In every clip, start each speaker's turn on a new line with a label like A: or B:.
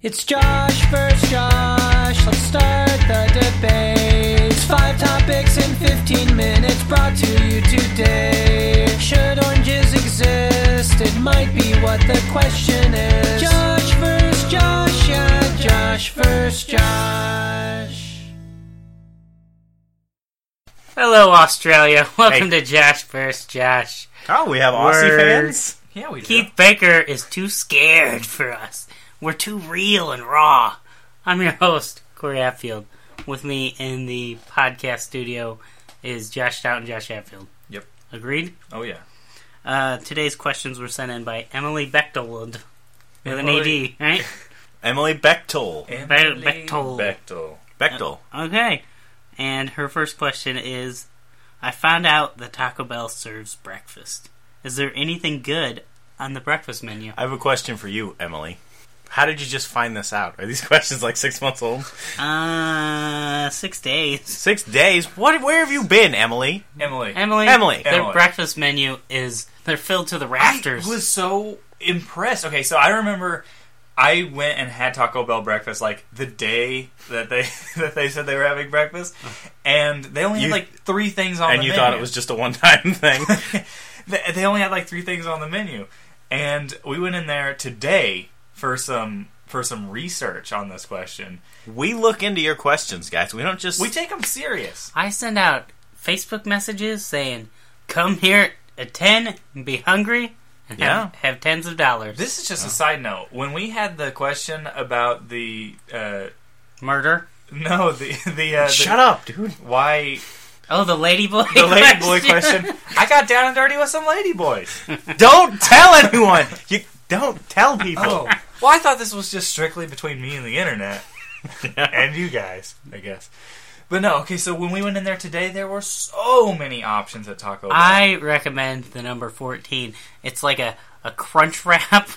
A: It's Josh versus Josh. Let's start the debate. Five topics in 15 minutes brought to you today. Should oranges exist? It might be what the question is. Josh versus Josh, yeah. Josh versus Josh.
B: Hello, Australia. Welcome
C: Hey.
B: to Josh vs. Josh.
C: Oh, we have Aussie
B: Word.
C: fans.
D: Yeah, we do.
B: Keith Baker is too scared for us. We're too real and raw. I'm your host, Corey Atfield. With me in the podcast studio is Josh Stout and Josh Atfield.
D: Yep.
B: Agreed?
D: Oh yeah.
B: Uh, today's questions were sent in by Emily Bechtold with
D: Emily-
B: an AD,
C: Emily Bechtel.
B: right? Be- Bechtold.
D: Bechtel.
C: Bechtel.
B: Okay. And her first question is I found out that Taco Bell serves breakfast. Is there anything good on the breakfast menu?
C: I have a question for you, Emily. How did you just find this out? Are these questions like six months old?
B: Uh, six days.
C: Six days? What? Where have you been, Emily?
D: Emily.
B: Emily.
C: Emily.
B: Their
D: Emily.
B: breakfast menu is they're filled to the rafters.
D: I was so impressed. Okay, so I remember I went and had Taco Bell breakfast like the day that they that they said they were having breakfast, and they only
C: You-
D: had like three things on.
C: And
D: the
C: you
D: menu.
C: thought it was just a one-time thing?
D: they, they only had like three things on the menu, and we went in there today for some for some research on this question.
C: we look into your questions, guys. We don't just.
D: We take them serious.
B: I send out Facebook messages saying, "Come here at ten and be hungry and have,
C: Yeah.
B: have tens of dollars."
D: This is
C: Oh.
D: just a side note. When we had the question about the uh,
B: Murder.
D: No, the the, uh, the
C: Shut up, dude.
D: Why
B: Oh, the ladyboy.
D: the lady boy question? I got down and dirty with some lady boys.
C: Don't tell anyone. You don't tell people.
D: Oh, well, I thought this was just strictly between me and the internet and you guys, I guess. But no, okay. So when we went in there today, there were so many options at Taco Bell.
B: I recommend the number 14. It's like a, a crunch wrap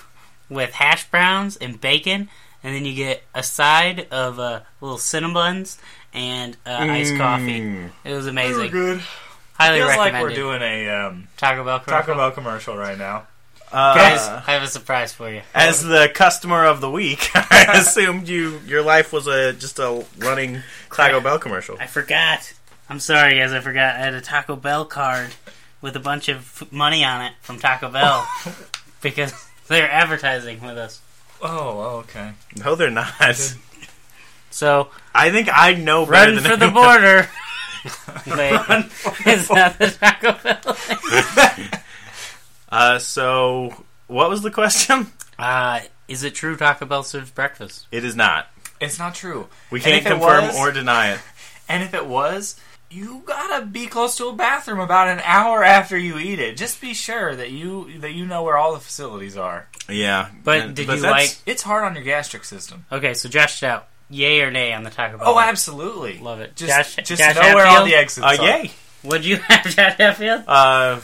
B: with hash browns and bacon, and then you get a side of uh, little cinnabuns and uh, iced
C: Mm.
B: coffee. It was amazing.
D: good.
B: Highly
D: Feels Mm. like
B: recommend
D: we're
B: it.
D: doing a um,
B: Taco Bell. commercial.
D: Taco Bell commercial right now.
C: Uh,
B: Guys, I have a surprise for you.
C: as the customer of the week, I assumed you your life was a just a running Taco Bell commercial.
B: I forgot. I'm sorry, guys. I forgot. I had a Taco Bell card with a bunch of f- money on it from Taco Bell because they're advertising with us.
D: Oh, oh, okay.
C: No, they're not.
B: So
C: I think I know better
B: Run
C: than
B: for the
C: anyone.
B: border. Wait, is that the Taco Bell?
C: Uh, so what was the question?
B: Uh, is it true Taco Bell serves breakfast?
C: It is not.
D: It's not true.
C: We
D: And
C: can't
D: if it
C: confirm
D: was-
C: or deny it.
D: And if it was, you gotta be close to a bathroom about an hour after you eat it. Just be sure that you that you know where all the facilities are.
C: Yeah,
B: But
C: and-
B: did you
C: that's-
D: It's hard on your gastric system.
B: Okay, so Josh out. Yay or nay on the Taco Bell?
D: Oh, absolutely.
B: Love it.
D: Just,
B: Josh-
D: just
B: Josh
D: know where all
B: Hatfield?
D: the exits
C: Uh,
D: are.
C: yay!
B: Would you have Josh Hatfield?
C: Uh,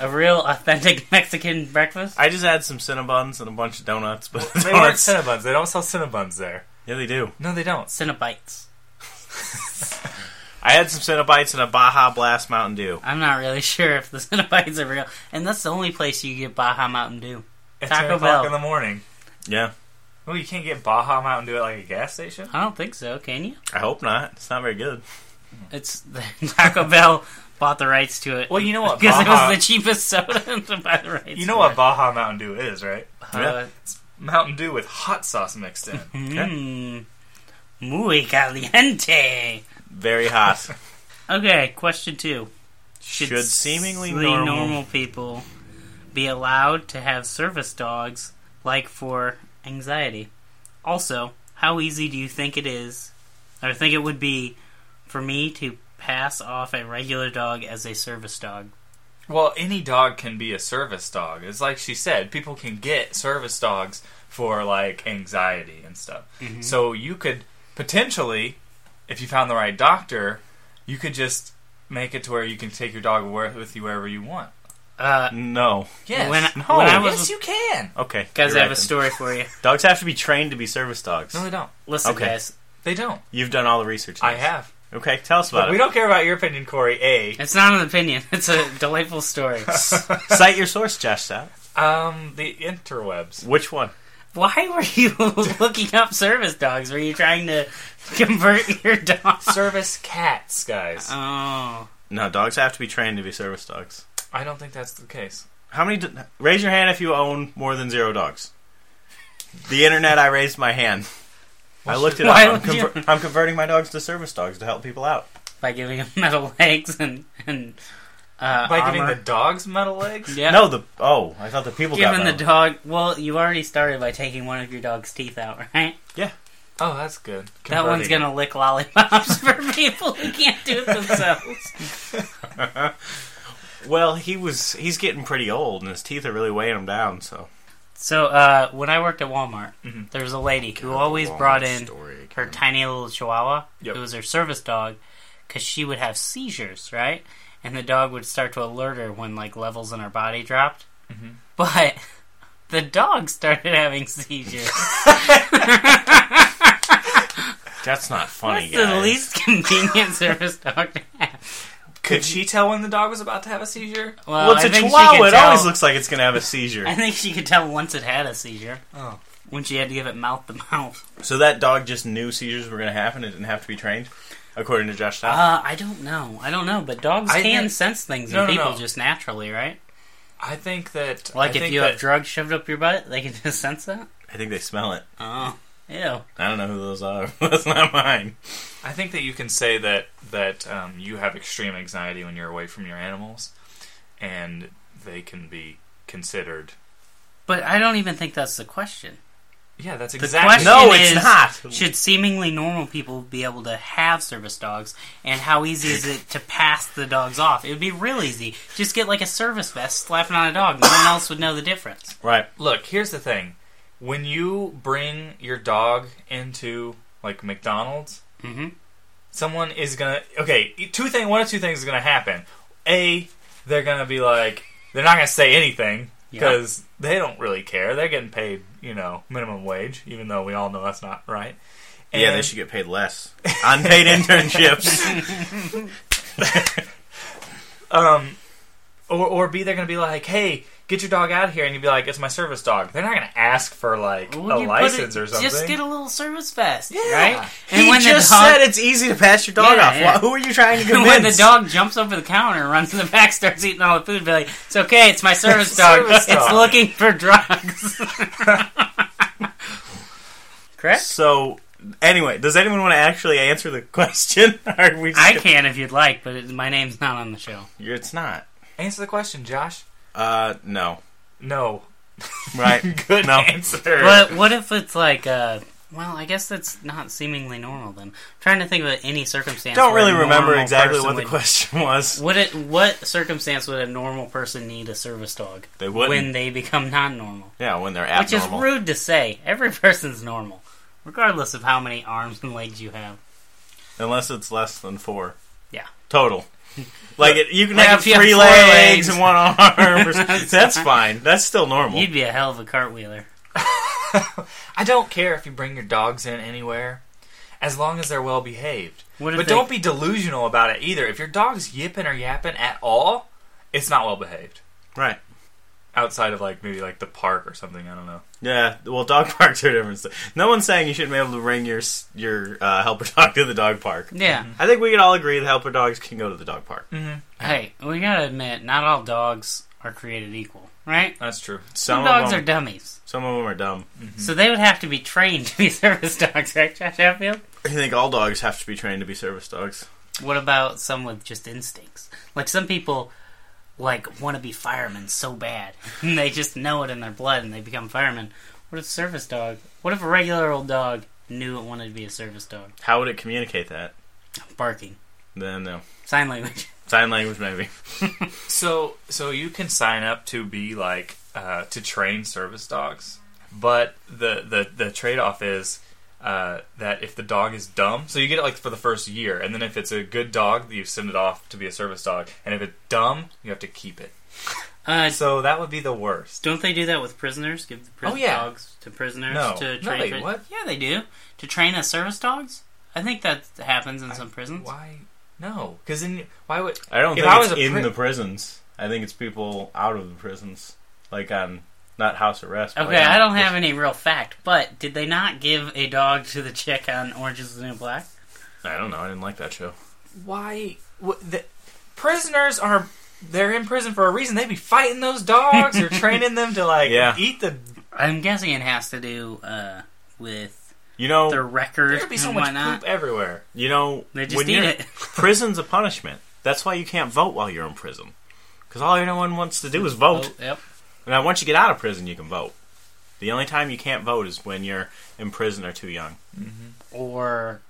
B: A real authentic Mexican breakfast?
C: I just had some Cinnabons and a bunch of donuts, but the
D: They
B: Oh,
D: weren't
C: donuts.
D: Cinnabons. They don't sell Cinnabuns there.
C: Yeah, they do.
D: No, they don't.
B: Cinnabites.
C: I had some Cinnabites and a Baja Blast Mountain Dew.
B: I'm not really sure if the Cinnabites are real, and that's the only place you get Baja Mountain Dew.
D: At
B: Taco
D: 10 o'clock
B: Bell.
D: in the morning.
C: Yeah,
D: Well, you can't get Baja Mountain Dew at like a gas station.
B: I don't think so. Can you?
C: I hope not. It's not very good.
B: It's Taco Bell bought the rights to it.
D: Well, you know what
B: Because it
D: Baja-
B: was the cheapest soda to buy the rights.
D: You know
B: for
D: what
B: it.
D: Baja Mountain Dew is, right?
B: Uh,
D: Mountain Dew with hot sauce mixed in.
C: Hmm.
B: Mmm. Muy caliente.
C: Very hot.
B: Okay, question two.
C: Should,
B: s-
C: seemingly
B: the
C: normal.
B: people be allowed to have service dogs, like for anxiety? Also, how easy do you think it is, or think it would be, for me to pass off a regular dog as a service dog?
D: Well, any dog can be a service dog. It's like she said, people can get service dogs for like anxiety and stuff.
B: Mm-hmm.
D: So you could potentially, if you found the right doctor, you could just make it to where you can take your dog where, with you wherever you want.
B: Uh,
C: No.
D: Yes.
B: When I-
D: no.
B: when I was-
D: yes, you can.
C: Okay.
B: guys,
C: you're
B: I
C: right
B: have a
C: then.
B: story for you.
C: Dogs have to be trained to be service dogs.
D: No, they don't.
B: Listen,
C: Okay.
B: guys,
D: They don't.
C: You've done all the research. on
D: I
C: this.
D: have.
C: Okay, tell us about
D: But we
C: it.
D: don't care about your opinion, Corey. A.
B: it's not an opinion; it's a delightful story.
C: Cite your source, Josh. Stout.
D: Um, the interwebs.
C: Which one?
B: Why were you looking up service dogs? Were you trying to convert your dog?
D: Service cats, guys.
B: Oh,
C: No, dogs have to be trained to be service dogs.
D: I don't think that's the case.
C: How many? d- Raise your hand if you own more than zero dogs. The internet, I raised my hand. I looked it up.
B: Why
C: I'm,
B: would you-
C: conver- I'm converting my dogs to service dogs to help people out.
B: by giving him metal legs and and uh,
D: By giving
B: armor.
D: the dogs metal legs?
B: yeah,
C: No, the oh, I thought the people
B: giving the
C: got metal.
B: dog. Well, you already started by taking one of your dog's teeth out, right?
D: Oh, that's good.
B: That one's
D: Converting.
B: gonna lick lollipops for people who can't do it themselves.
C: Well, he was he's getting pretty old, and his teeth are really weighing him down. So
B: So uh, when I worked at Walmart,
D: Mhm.
B: there was a lady who always brought in
C: story
B: her tiny little Chihuahua.
D: Yep.
B: It was her service dog because she would have seizures, right? And the dog would start to alert her when like levels in her body dropped.
D: Mhm.
B: But the dog started having seizures.
C: That's not funny,
B: That's the
C: guys.
B: least convenient service dog to have.
D: Could she tell when the dog was about to have a seizure?
B: Well,
C: well, it's
B: I
C: a
B: think she
C: chihuahua.
B: could
C: It
B: tell-
C: always looks like it's gonna have a seizure.
B: I think she could tell once it had a seizure.
D: Oh.
B: When she had to give it mouth to mouth.
C: So that dog just knew seizures were going to happen. It didn't have to be trained, according to Josh. Stein.
B: Uh, I don't know. I don't know, but dogs
D: Oh. I
B: can
D: think-
B: sense things in
D: No, no,
B: people
D: no.
B: just naturally, right?
D: I think that. I
B: Like if
D: think
B: you
D: that,
B: have drugs shoved up your butt, they can just sense that.
C: I think they smell it.
B: Oh, ew.
C: I don't know who those are. That's not mine.
D: I think that you can say that that um, you have extreme anxiety when you're away from your animals, and they can be considered.
B: But I don't even think that's the question.
D: Yeah, that's
B: The
D: exactly.
B: question
C: No, it's
B: is,
C: not.
B: Should seemingly normal people be able to have service dogs, and how easy is it to pass the dogs off? It would be real easy. Just get like a service vest, slap it on a dog. No one else would know the difference.
C: Right.
D: Look, here's the thing: when you bring your dog into like McDonald's,
B: hmm
D: someone is gonna. Okay, two thing. One of two things is gonna happen. A, they're gonna be like, they're not gonna say anything
B: Yeah.
D: because they don't really care. They're getting paid, you know, minimum wage, even though we all know that's not right.
C: yeah,
D: And-
C: they should get paid less. Unpaid internships.
D: Um, or or B, they're gonna be like, "Hey, get your dog out here," and you'd be like, "It's my service dog." They're not gonna ask for like
B: Would
D: a
B: you put
D: license
B: it-
D: or something.
B: Just get a little service vest,
D: Yeah.
B: right?
C: he
B: when the
C: just
B: dog-
C: said it's easy to pass your dog
B: Yeah,
C: off.
B: yeah.
C: Why- Who are you trying to
B: when the
C: convince?
B: dog jumps over the counter and runs in the back, starts eating all the food, be like, it's okay, it's my service dog.
D: Service
B: it's
D: dog."
B: looking for drugs. Correct?
C: So, anyway, does anyone want to actually answer the question? Or are we just
B: I can if you'd like, but it, my name's not on the show.
C: You're- It's not.
D: Answer the question, Josh.
C: Uh, no.
D: No.
C: Right.
D: Good
C: No.
D: answer.
B: But what if it's like, uh, well, I guess that's not seemingly normal then. I'm trying to think of any circumstance.
C: Don't
B: where a
C: really remember
B: normal
C: exactly
B: person
C: what the
B: would-
C: question was.
B: Would it, what circumstance would a normal person need a service dog
C: They wouldn't.
B: when they become non normal?
C: yeah, when they're
B: Which is
C: abnormal.
B: rude to say. Every person's normal, regardless of how many arms and legs you have.
C: Unless it's less than four.
B: Yeah.
C: Total. Like it, you can
B: Like
C: have
B: if you have
C: three
B: four
C: legs,
B: legs.
C: and one arm. or-
B: That's
C: That's
B: fine.
C: fine. That's still normal.
B: You'd be a hell of a cartwheeler.
D: I don't care if you bring your dogs in anywhere, as long as they're well behaved.
B: What if
D: But
B: they-
D: don't be delusional about it either. If your dog's yipping or yapping at all, it's not well behaved.
C: right.
D: Outside of like maybe like the park or something, I don't know.
C: Yeah. Well, dog parks are different. st- No one's saying you shouldn't be able to bring your s- your uh, helper dog to the dog park.
B: Yeah.
C: I think we can all agree that helper dogs can go to the dog park.
D: Mm-hmm.
B: Hey, we gotta admit, not all dogs are created equal, right?
D: That's true.
B: Some,
C: Some, of
B: dogs
C: them,
B: are dummies,
C: some of them are dumb.
B: so they would have to be trained to be service dogs, right, Josh Hatfield?
C: I think all dogs have to be trained to be service dogs.
B: What about some with just instincts? Like some people, like want to be firemen so bad, and they just know it in their blood, and they become firemen. What if service dog? What if a regular old dog knew it wanted to be a service dog?
C: How would it communicate that?
B: Barking,
C: Then no.
B: sign language.
C: Sign language, maybe.
D: So, so you can sign up to be like uh, to train service dogs, but the the, the trade off is uh, that if the dog is dumb, so you get it like for the first year, and then if it's a good dog, you send it off to be a service dog, and if it's dumb, you have to keep it.
B: Uh,
D: So that would be the worst.
B: Don't they do that with prisoners? Give the pris-
D: Oh, yeah.
B: dogs to prisoners
D: No.
B: to
D: No,
B: train.
D: wait,
B: pri-
D: what?
B: Yeah, they do to train as service dogs. I think that happens in some prisons.
D: Why? No, because then why would?
C: I don't
D: If
C: think
D: I
C: it's
D: was a
C: in
D: pri-
C: the prisons. I think it's people out of the prisons, like on not house arrest. but
B: Okay,
C: like,
B: I don't have any real fact, but did they not give a dog to the chick on Orange is the New Black?
C: I don't know. I didn't like that show.
D: Why? What, the, prisoners are. They're in prison for a reason. They be fighting those dogs or training them to like
C: Yeah.
D: eat the.
B: I'm guessing it has to do uh, with
C: You know,
B: their record
D: There'd be so
B: and
D: much
B: whatnot.
D: poop everywhere.
C: you know,
B: They just
C: when
B: eat
C: you're-
B: it.
C: prison's a punishment. That's why you can't vote while you're in prison. Because all everyone wants to do is vote.
B: Oh, yep.
C: Now, once you get out of prison, you can vote. The only time you can't vote is when you're in prison or too young.
B: Or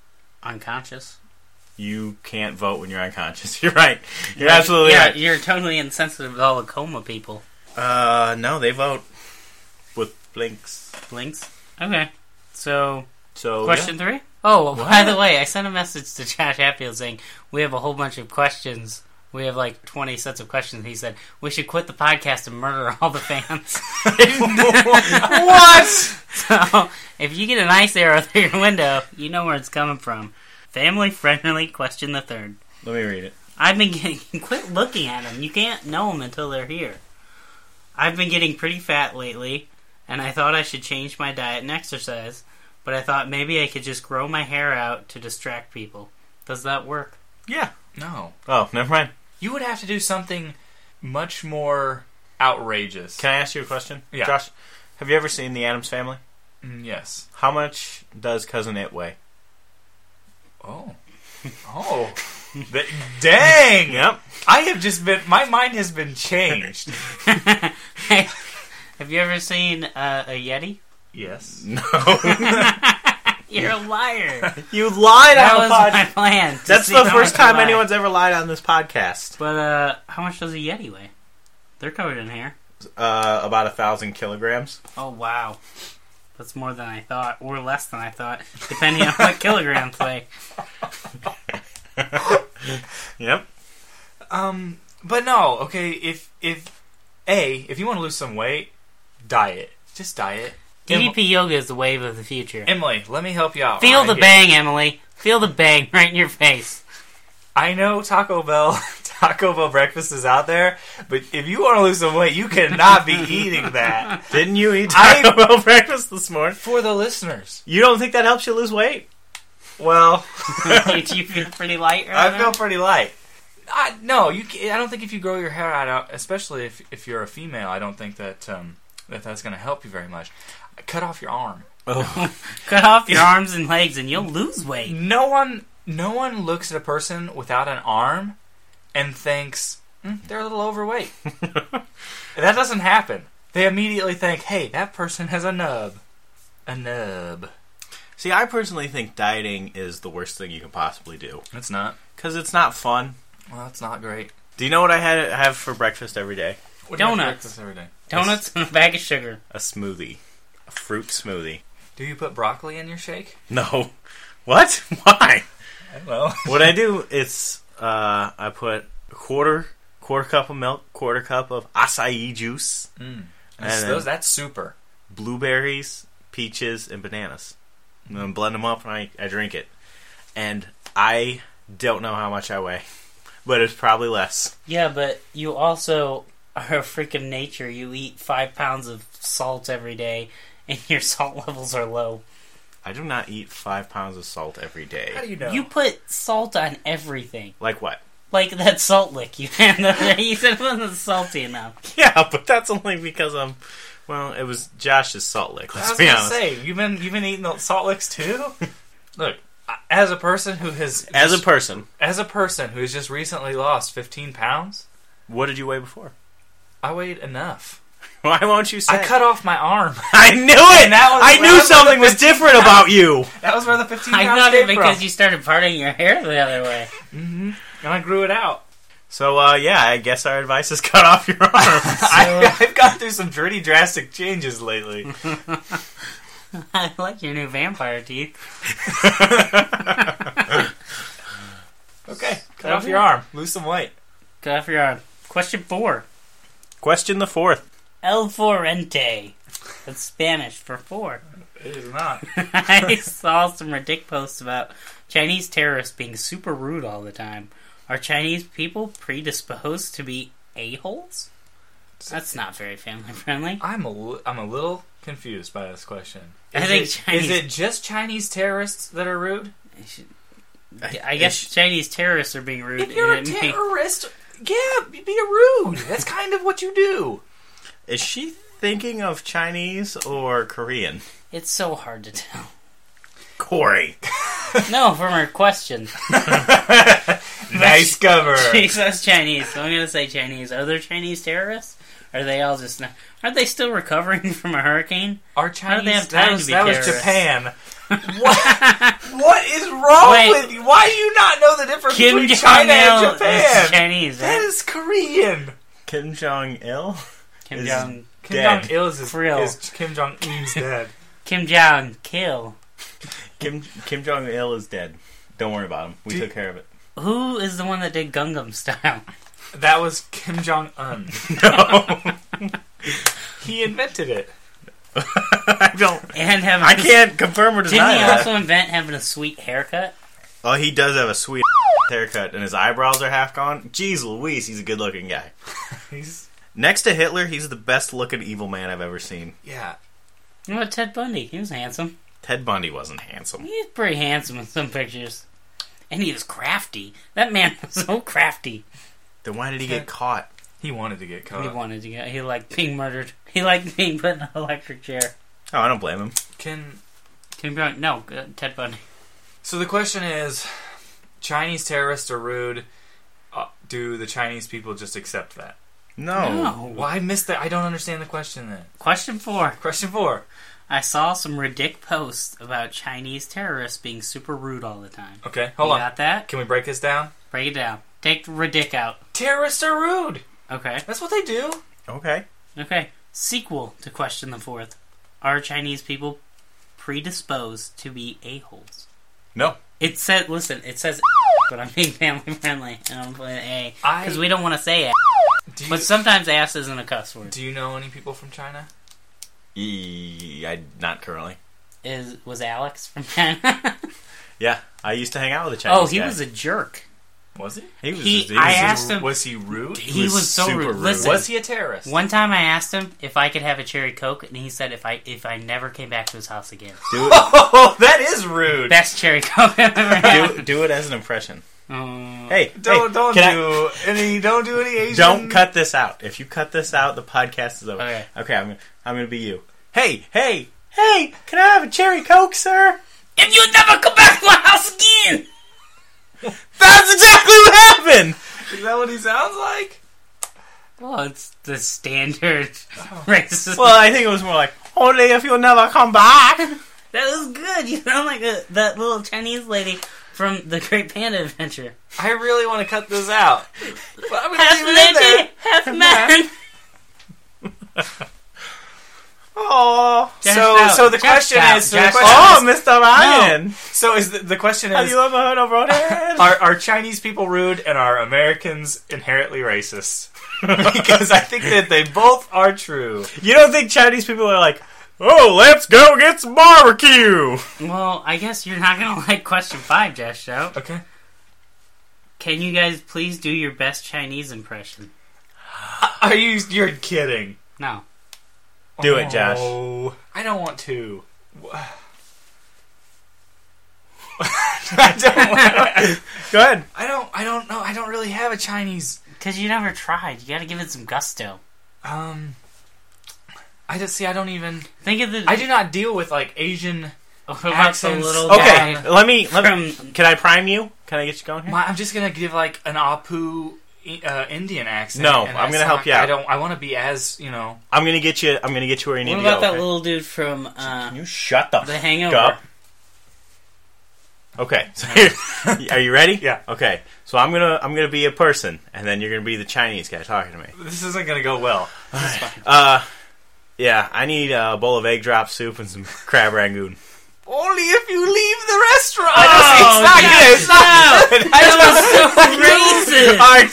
B: unconscious.
C: You can't vote when you're unconscious. You're right. You're absolutely
B: yeah,
C: right.
B: you're totally insensitive to all the coma people.
C: Uh, no, they vote with blinks.
B: Blinks. Okay. So,
C: So
B: question three? Oh, by
C: What?
B: the way, I sent a message to Josh Hatfield saying, we have a whole bunch of questions. We have like 20 sets of questions. He said, we should quit the podcast and murder all the fans.
D: what?
B: So, if you get an ice arrow through your window, you know where it's coming from. Family friendly question the third.
C: yeah, let me read it.
B: I've been getting. Quit looking at them. You can't know them until they're here. I've been getting pretty fat lately, and I thought I should change my diet and exercise, but I thought maybe I could just grow my hair out to distract people. Does that work?
C: Yeah.
D: No.
C: Oh, never mind.
D: You would have to do something much more outrageous.
C: Can I ask you a question,
D: Yeah.
C: Josh? Have you ever seen The Adams Family?
D: Mm, yes.
C: How much does cousin it weigh?
D: Oh. Oh. Th- dang.
C: Yep.
D: I have just been. My mind has been changed.
B: Have you ever seen uh, a Yeti?
D: yes.
C: No.
B: You're a liar.
C: you lied
B: that
C: on
B: was
C: the podcast.
B: my plan. to
C: That's
B: see
C: the
B: how
C: first
B: much I
C: time
B: lie.
C: anyone's ever lied on this podcast.
B: But uh, how much does a Yeti weigh? They're covered in hair.
C: Uh, about a thousand kilograms.
B: Oh wow, that's more than I thought, or less than I thought, depending on what kilograms weigh.
C: Yep.
D: Um. But no. Okay. If if a if you want to lose some weight, diet. Just diet.
B: DDP yoga is the wave of the future. Oh,
D: Emily, let me help you out.
B: Feel
D: right
B: the
D: here.
B: bang, Emily. Feel the bang right in your face.
D: I know Taco Bell Taco Bell breakfast is out there, but if you want to lose some weight, you cannot be eating that.
C: Didn't you eat
D: I-
C: Taco Bell breakfast this morning?
D: For the listeners.
C: You don't think that helps you lose weight?
D: Well,
B: Did you feel pretty light right
D: I
B: now?
D: feel pretty light. I, no, you. ca- I don't think if you grow your hair out, especially if if you're a female, I don't think that um, that that's going to help you very much. Cut off your arm.
B: Cut off your arms and legs, and you'll lose weight.
D: No one, no one looks at a person without an arm and thinks "Hmm, they're a little overweight. that doesn't happen. They immediately think, "Hey, that person has a nub, a nub."
C: See, I personally think dieting is the worst thing you can possibly do
D: It's not.
C: because it's not fun.
D: Well, that's not great.
C: Do you know what I had have for breakfast every day?
D: What do you have for
B: Donuts.
D: breakfast every day?
B: Donuts and a bag of sugar.
C: A smoothie, a fruit smoothie.
D: Do you put broccoli in your shake?
C: No. What? Why?
D: I don't know.
C: what I do is uh, I put a quarter quarter cup of milk, quarter cup of acai juice,
D: Mm.
C: And
D: Those-
C: then-
D: those- that's super.
C: blueberries, peaches, and bananas. And then blend them up and I, I drink it. And I don't know how much I weigh, but it's probably less.
B: Yeah, but you also are a freak of nature. You eat five pounds of salt every day, and your salt levels are low.
C: I do not eat five pounds of salt every
D: How
C: day.
D: do you know?
B: You put salt on everything.
C: Like what?
B: Like that salt lick you had the other day. You said it wasn't salty enough.
C: Yeah, but that's only because I'm. Well, it was Josh's salt lick.
D: I
C: Let's
D: was
C: be
D: gonna
C: honest.
D: say you've been you've been eating the salt licks too. Look, I- as a person who has
C: As a person,
D: as a person who has just recently lost 15 pounds,
C: what did you weigh before?
D: I weighed enough.
C: Why won't you say?
D: I cut off my arm.
C: I knew it.
D: And that was
C: I
D: where I
C: knew
D: was
C: something
D: the
C: was different about you.
D: That was where the 15
B: I
D: pounds
B: thought
D: came
B: it because
D: from.
B: you started parting your hair the other way.
D: and I grew it out.
C: So uh, yeah, I guess our advice is cut off your arm.
D: I, I've gone through some pretty drastic changes lately.
B: I like your new vampire teeth.
D: Okay, cut off your arm, lose some weight.
B: Cut off your arm. Question four.
C: Question the fourth.
B: El Forente. That's Spanish for four.
D: It is not.
B: I saw some ridiculous posts about Chinese terrorists being super rude all the time. Are Chinese people predisposed to be a-holes? That's not very family friendly.
D: I'm a, li- I'm a little confused by this question.
B: I
D: Is
B: think
D: it-
B: Chinese-
D: is it just Chinese terrorists that are rude?
B: I, I guess Chinese terrorists are being rude.
D: If you're a
B: and it may-
D: terrorist, yeah, be a rude. That's kind of what you do.
C: Is she thinking of Chinese or Korean?
B: it's so hard to tell.
C: Corey.
B: No, from her question.
D: Nice cover.
B: She says Chinese, so I'm gonna say Chinese. Are there Chinese terrorists? Are they all just? Not, are they still recovering from a hurricane?
D: Our
B: do they have
D: Chinese.
B: time
D: That was,
B: to be
D: that was
B: terrorists?
D: Japan. what, what is wrong
B: Wait.
D: with you? Why do you not know the difference
B: Kim
D: between
B: Jong
D: China and
B: Il
D: Japan?
B: is Chinese.
D: That
B: Right?
D: is Korean.
C: Kim Jong Il?
B: Kim
C: is-
B: Jong.
D: Kim
C: Dead.
D: Jong Il is,
B: Frill.
D: is Kim Jong Un's dead.
B: Kim Jong kill.
C: Kim Kim Jong Il is dead. Don't worry about him. We
D: Do-
C: took care of it.
B: Who is the one that did Gungam Style?
D: That was Kim Jong Un.
C: No,
D: He invented it.
C: I don't.
B: And have
C: I can't confirm or
B: Didn't
C: deny
B: he
C: that.
B: also invent having a sweet haircut?
C: Oh, he does have a sweet haircut, and his eyebrows are half gone. Jeez Louise, he's a good-looking guy.
D: He's
C: Next to Hitler, he's the best-looking evil man I've ever seen.
D: yeah.
B: What about Ted Bundy? He was handsome.
C: Ted Bundy wasn't handsome.
B: He was pretty handsome in some pictures. And he was crafty. That man was so crafty.
C: Then why did he get caught?
D: He wanted to get
B: He
D: caught.
B: wanted to get. He liked being murdered. He liked being put in an electric chair.
C: Oh, I don't blame him.
D: Can
B: Kim Jong. No, uh, Ted Bundy.
D: so the question is, Chinese terrorists are rude. Uh, do the Chinese people just accept that?
C: No.
B: No.
D: Well, I missed that. I don't understand the question then.
B: Question four.
D: Question four.
B: I saw some ridic posts about Chinese terrorists being super rude all the time.
D: Okay, hold
B: you
D: on.
B: got that?
D: Can we break this down?
B: Break it down. Take the ridic out.
D: Terrorists are rude.
B: Okay.
D: That's what they do.
C: Okay.
B: Okay. Sequel to question the fourth. Are Chinese people predisposed to be a-holes?
C: No.
B: It said, listen, it says but I'm being family friendly and I'm playing a.
D: I
B: Because we don't want to say a.
D: do. You,
B: But sometimes ass isn't a cuss word.
D: do you know any people from China?
C: E- I not currently.
B: Is Was Alex from China?
C: Yeah, I used to hang out with a Chinese.
B: oh, he
C: guy.
B: was a jerk.
D: Was he?
C: He was.
B: he-
C: he was
B: I
C: a-
B: asked him-
D: Was he rude?
B: He
C: was
B: was, so
C: super
B: rude.
C: rude.
B: Listen,
D: Was he a terrorist?
B: one time I asked him if I could have a cherry coke, and he said if I if I never came back to his house again.
C: do it.
D: Oh, that is rude.
B: Best cherry coke I've ever had.
C: Do, do it as an impression.
B: Um,
C: Hey,
D: don't
C: hey,
D: don't
C: can I-
D: do any. Don't do any Asian.
C: Don't cut this out. If you cut this out, the podcast is over.
B: Okay.
C: I'm gonna, I'm gonna be you. Hey, hey, hey! Can I have a cherry coke, sir?
B: if you never come back to my house again,
C: That's exactly what happened.
D: Is that what he sounds like?
B: well, it's the standard Oh. racist.
C: Well, I think it was more like, "Only if you never come back."
B: that was good. You sound like a, that little Chinese lady from the Great Panda Adventure.
D: I really want to cut this out. But I'm gonna
B: Half
D: leave it in there.
B: lady, half man.
C: Oh,
B: Josh
D: So,
B: out.
D: so the
B: Josh
D: question
B: out.
D: is, so the
B: Josh
D: question
C: oh,
D: is,
C: Mr. Ryan,
D: so is the, the question
C: have
D: is,
C: you ever heard of Ronan?
D: are, are Chinese people rude and are Americans inherently racist? because I think that they both are true.
C: you don't think Chinese people are like, "Oh, let's go get some barbecue."
B: Well, I guess you're not gonna like question five, Josh. Out.
D: Okay.
B: Can you guys please do your best Chinese impression?
D: Uh, Are you? You're kidding.
B: No.
C: Do it, Josh.
D: Oh, I don't want to. I don't. Want,
C: Go ahead.
D: I don't. I don't know. I don't really have a Chinese.
B: Because you never tried. You gotta give it some gusto.
D: Um. I just see. I don't even.
B: Think of the.
D: I do not deal with like Asian.
B: What about the
D: accents.
B: little
C: Okay,
B: guy?
C: let me. Let me.
B: From-
C: Can I prime you? Can I get you going here?
D: My, I'm just gonna give like an Apu uh, Indian accent.
C: No,
D: and
C: I'm
D: I
C: gonna help
D: sound-
C: you out.
D: I don't. I want to be as you know.
C: I'm gonna get you. I'm gonna get you where you need
B: What
C: to go.
B: about that
C: okay?
B: little dude from uh,
C: You shut the,
B: The
C: fuck
B: Hangover?
C: up. Okay. So here- are you ready?
D: Yeah.
C: Okay. So I'm gonna I'm gonna be a person, and then you're gonna be the Chinese guy talking to me.
D: This isn't gonna go well.
C: Uh, yeah. I need a bowl of egg drop soup and some crab rangoon.
D: Only if you leave the restaurant.
B: Oh,
C: it's not good.
B: That was so racist!
C: Are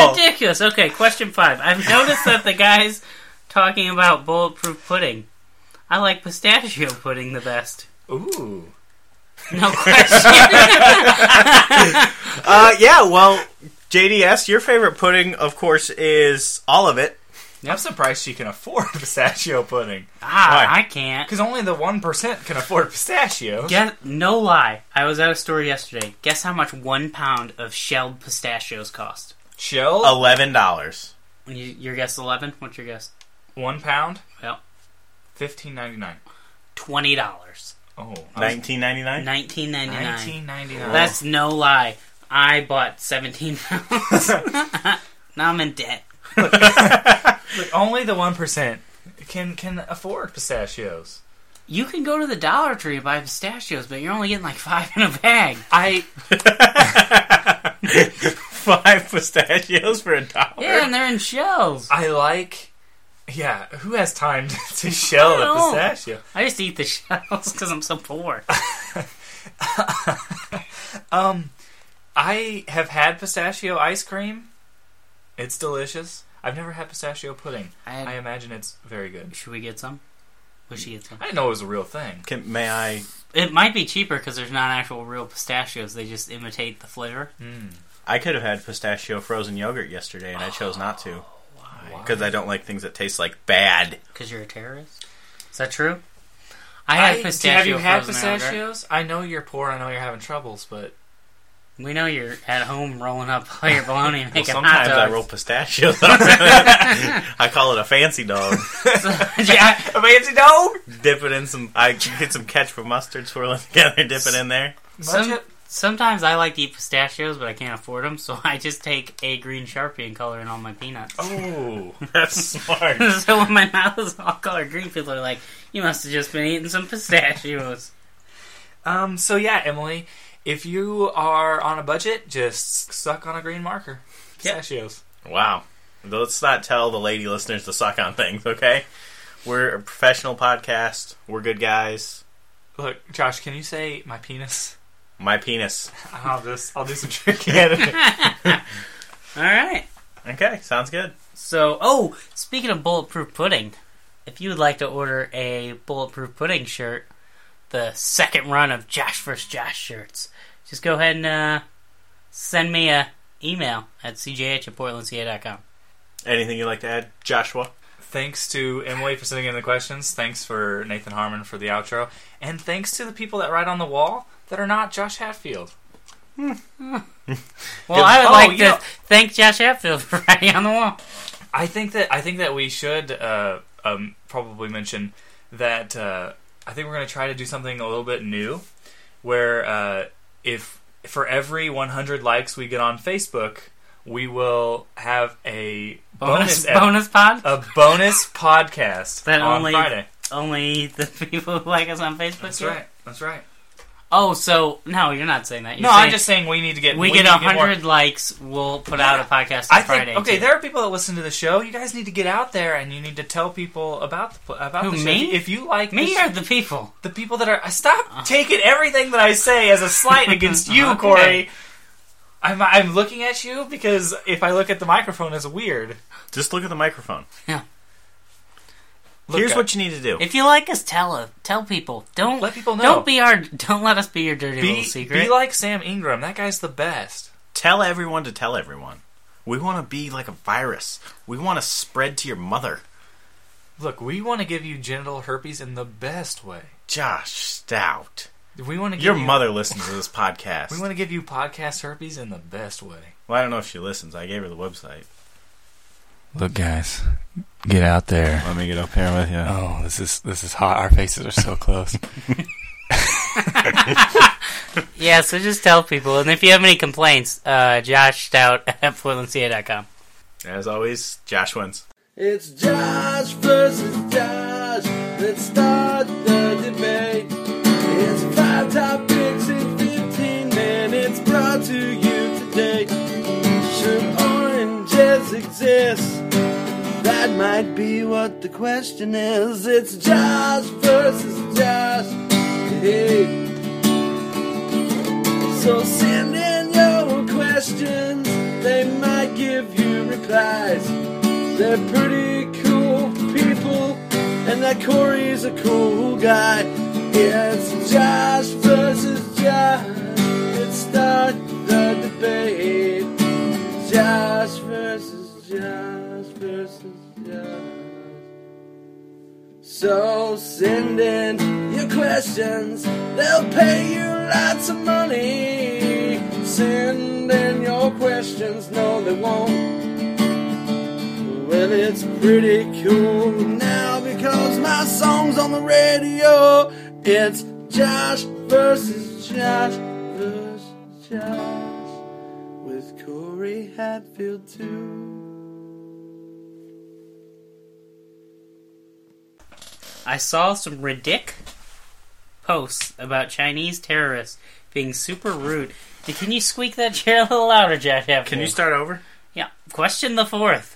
C: terrible.
B: Ridiculous. Okay, question five. I've noticed that the guys talking about bulletproof pudding. I like pistachio pudding the best.
D: Ooh.
B: No question.
C: Uh, yeah. Well, JDS, your favorite pudding, of course, is all of it.
D: I'm surprised she can afford pistachio pudding
B: Ah,
C: Why?
B: I can't.
D: because only the one percent can afford pistachios.
B: Guess, no lie. I was at a store yesterday. Guess how much one pound of shelled pistachios cost?
D: Shell
C: Eleven dollars.
B: You, your guess eleven. What's your guess?
D: one pound,
B: Well,
D: fifteen ninety nine.
B: twenty dollars.
D: Oh,
C: Nineteen ninety nine.
B: Nineteen ninety nine.
D: nineteen ninety nine.
B: That's no lie. I bought seventeen pounds. now I'm in debt.
D: But only the one percent can can afford pistachios.
B: You can go to the Dollar Tree and buy pistachios, but you're only getting like five in a bag.
D: I
C: Five pistachios for a dollar.
B: Yeah, and they're in shells.
D: I like. Yeah, who has time to, to shell a
B: No.
D: pistachio?
B: I just eat the shells because I'm so poor.
D: Um, I have had pistachio ice cream. It's delicious. I've never had pistachio pudding.
B: I
D: I
B: had,
D: imagine it's very good.
B: should we get some? We should get some.
D: I didn't know it was a real thing.
C: Can, may I?
B: It might be cheaper because there's not actual real pistachios. They just imitate the flavor.
C: I could have had pistachio frozen yogurt yesterday, and I chose not to because I don't like things that taste like bad.
B: Because you're a terrorist. Is that true? I
D: I-
B: had pistachio.
D: Have you had
B: frozen yogurt.
D: pistachios? I know you're poor. I know you're having troubles, but
B: We know you're at home rolling up all your bologna and
C: Well,
B: making hot
C: sometimes I
B: dogs.
C: roll pistachios. I call it a fancy dog.
B: yeah,
D: I mean, no.
C: dip it in some. I get some ketchup and mustard, swirl it together, dip it in there.
B: some, sometimes I like to eat pistachios, but I can't afford them, so I just take a green sharpie and color in all my peanuts.
D: Oh,
C: That's smart.
B: so when my mouth is all colored green, people are like, "You must have just been eating some pistachios."
D: Um, so yeah, Emily, if you are on a budget, just suck on a green marker. Pistachios.
C: Wow. Let's not tell the lady listeners to suck on things, okay? We're a professional podcast. We're good guys.
D: Look, Josh, can you say my penis?
C: My penis.
D: I'll just I'll do some trick editing.
B: all right.
C: Okay, sounds good.
B: So, oh, speaking of bulletproof pudding, if you would like to order a bulletproof pudding shirt, the second run of Josh vs. Josh shirts, just go ahead and uh, send me a email at cjh at portlandca.com.
C: Anything you'd like to add, Joshua?
D: thanks to Emily for sending in the questions. Thanks for Nathan Harmon for the outro, and thanks to the people that write on the wall that are not Josh Hatfield.
B: Well, I would
D: Oh,
B: like
D: you
B: to
D: know-
B: thank Josh Hatfield for writing on the wall.
D: I think that I think that we should uh, um, probably mention that uh, I think we're going to try to do something a little bit new, where uh, if for every 100 likes we get on Facebook, we will have a
B: Bonus,
D: bonus ep-
B: bonus pod?
D: a bonus podcast
B: That
D: on
B: only-
D: Friday.
B: Only the people who like us on Facebook?
D: That's
B: do?
D: right. That's right.
B: Oh, so, no, you're not saying that. You're
D: No,
B: saying
D: I'm just saying we need to get
B: We, get
D: need to more-
B: 100 likes, we'll put out a podcast on
D: I
B: Friday.
D: think okay,
B: too.
D: there are people that listen to the show. You guys need to get out there and you need to tell people about the pl- about
B: Who,
D: the show.
B: me?
D: If you like the
B: Me
D: show-
B: or the people?
D: the people that are stop taking everything that I say as a slight against you,
B: Uh-huh. Okay.
D: Corey. I'm I'm looking at you because if I look at the microphone, it's weird.
C: Just look at the microphone.
D: Look
C: Here's
D: at-
C: what you need to do.
B: If you like us, tell us. Tell people. Don't
D: Let people know.
B: Don't be our. Don't let us be your dirty
D: be,
B: little secret.
D: be like Sam Ingram. That guy's the best.
C: tell everyone to tell everyone. We want to be like a virus. We want to spread to your mother.
D: Look, we want to give you genital herpes in the best way.
C: Josh Stout.
D: We want to give
C: Your
D: you,
C: mother listens to this podcast.
D: We want to give you podcast herpes in the best way.
C: well, I don't know if she listens. I gave her the website.
E: Look, guys, get out there.
C: Let me get up here with you.
E: Oh, this is this is hot. Our faces are so close.
B: yeah. So just tell people, and if you have any complaints, uh, Josh Stout at PortlandCA.com.
C: As always, Josh wins.
F: It's Josh versus Josh. Let's start the debate. It's five topics in 15 minutes brought to you today. Should oranges exist? That might be what the question is. It's Josh versus Josh. Hey. So send in your questions, they might give you replies. They're pretty cool people, and that Corey's a cool guy. It's Josh versus Josh. Let's start the debate. Josh versus Josh versus Josh. So send in your questions, they'll pay you lots of money. Send in your questions, no, they won't. Well, it's pretty cool now because my song's on the radio. It's Josh versus Josh versus Josh with Corey Hatfield, too.
B: I saw some ridic posts about Chinese terrorists being super rude. And Can you squeak that chair a little louder, Jack?
C: Can you start over?
B: Yeah. Question the fourth.